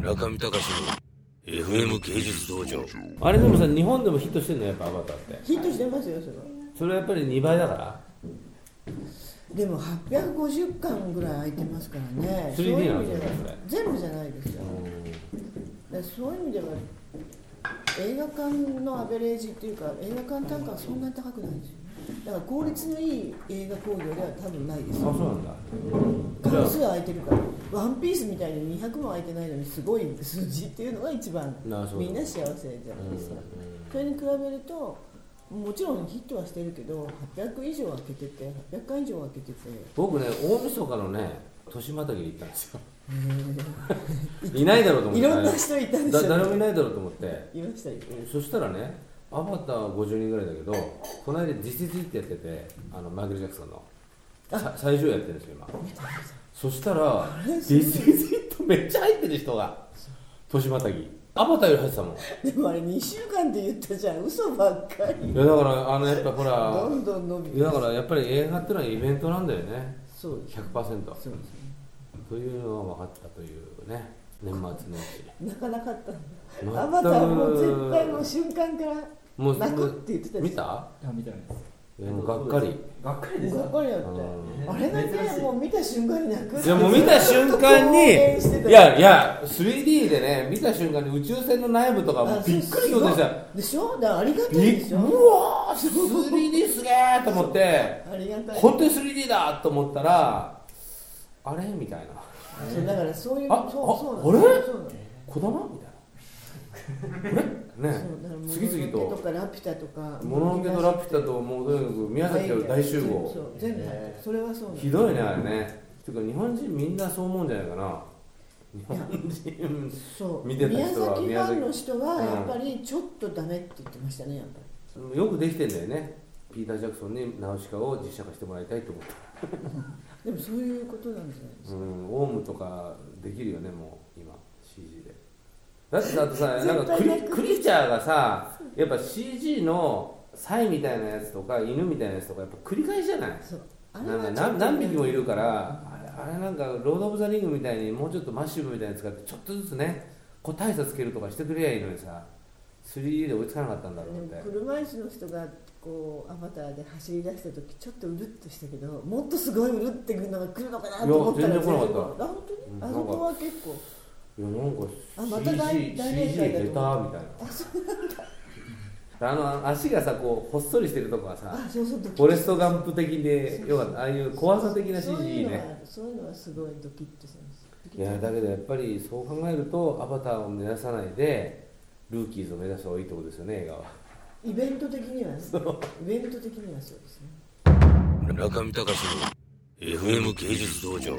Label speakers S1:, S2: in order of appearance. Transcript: S1: 中見隆の FM 芸術道場
S2: あれでもさ日本でもヒットしてんのやっぱアバターって
S3: ヒットしてますよそれは
S2: それはやっぱり2倍だから
S3: でも850巻ぐらい空いてますからね
S2: 3D なの
S3: そういう意味では
S2: それ
S3: 全部じゃないですよだからそういう意味では映画館のアベレージっていうか映画館単価はそんなに高くないんですよだから効率のいい映画興行では多分ないで
S2: あ
S3: す
S2: そう
S3: よ
S2: なんだ
S3: 関数空いてるから「ワンピースみたいに200も空いてないのにすごい数字っていうのが一番
S2: なるほど
S3: みんな幸せじゃないですかそれに比べるともちろんヒットはしてるけど800以上空けてて800巻以上空けてて
S2: 僕ね大晦日のね年またぎで行ったんですよいないだろうと思って
S3: いろんな人いたんで
S2: だ
S3: すよ
S2: 誰もい
S3: ね
S2: ないだろうと思って
S3: いましたよ
S2: そしたらねアバターは50人ぐらいだけどこの間「実質ってやっててあのマイケル・ジャクソンのさ最上位やってるんですよ今そしたら「
S3: れ
S2: This is it」めっちゃ入ってる人が年またぎアバターより入ってたもんい
S3: でもあれ2週間で言ったじゃん嘘ばっかり
S2: やだからあのやっぱほら
S3: どんどん伸び
S2: い
S3: て
S2: やだからやっぱり映画ってのはイベントなんだよね
S3: そうです
S2: 100%
S3: そうですね
S2: というのは分かったというね年末のうち
S3: 泣かなかった
S2: 全
S3: ん
S2: く
S3: だアバターもう絶対もう瞬間から泣くって言ってた
S2: 見
S3: でしょ
S2: た
S4: あ見たんです
S2: いやもうがっかり
S4: がっかりです
S3: がっかりやって
S2: うん
S3: あれだけもう見た瞬間に泣く
S2: いやもう見た瞬間に
S3: ずっと公演してた
S2: いやいや 3D でね見た瞬間に宇宙船の内部とかもうびっくりするんですよ
S3: でしょだからありがたいでし
S2: い
S3: ょ
S2: うわー 3D すげーと思って
S3: ありがたい
S2: 本当に 3D だと思ったらあれみたいな
S3: そうだからそういう
S2: あ
S3: そうそう
S2: ああれ
S3: そうなの
S2: こだまみたいなあ れね
S3: そうだからもののけ
S2: 次々
S3: と
S2: と
S3: かラピュタとか
S2: 「もののけとラピュタ」ともうとにかく宮崎の大集合
S3: そう全部入ってるそれはそうなの
S2: ひどいねあれねていうか日本人みんなそう思うんじゃないかな日
S3: いや
S2: 本人
S3: そう
S2: 見てた
S3: 宮
S2: 人は
S3: 崎フ
S2: 宮崎
S3: ァンの人はやっぱりちょっとダメって言ってましたねやっぱ
S2: よくできてんだよねピーター・ジャクソンにナウシカを実写化してもらいたいと思った
S3: りでもそういうことなんじゃないです
S2: う
S3: か
S2: んオウムとかできるよねもう今 CG でだってだってさなんかク
S3: 絶対
S2: リ
S3: ね
S2: クリーチャーがさやっぱ CG のサイみたいなやつとか犬みたいなやつとかやっぱ繰り返しじゃない
S3: そうあれ
S2: なん
S3: は
S2: か
S3: ちょっ
S2: 何
S3: と
S2: 何匹もいるからあれあれなんかロード・オブ・ザ・リングみたいにもうちょっとマッシブみたいなやつがちょっとずつねこう大差つけるとかしてくれりゃいいのにさ 3D で追いつかなかったんだろうって
S3: でも車椅子の人がこうアバターで走り出した時ちょっとうるっとしたけどもっとすごいうるってくるのが来るのかなと思ったら
S2: いや全然来なかった
S3: あ本当に、
S2: うん
S3: あそこは結構
S2: いやなんか
S3: あまた大
S2: CG,
S3: 大連
S2: CG
S3: 載だと
S2: 出たみたい
S3: あそう
S2: なあの足がさこうほっそりしてるとこはさ
S3: あそうそうドキッ
S2: フォレストガンプ的でよかったああいう怖さ的な
S3: そう
S2: CG い
S3: い
S2: いう
S3: の
S2: ね
S3: はそういうのはすごいドキッとします
S2: いやだけどやっぱりそう考えるとアバターを目指さないでルーキーズを目指した方がいいってことですよね映画は
S3: イベント的にはねイベント的にはそうですね
S1: 中見隆の FM 芸術道場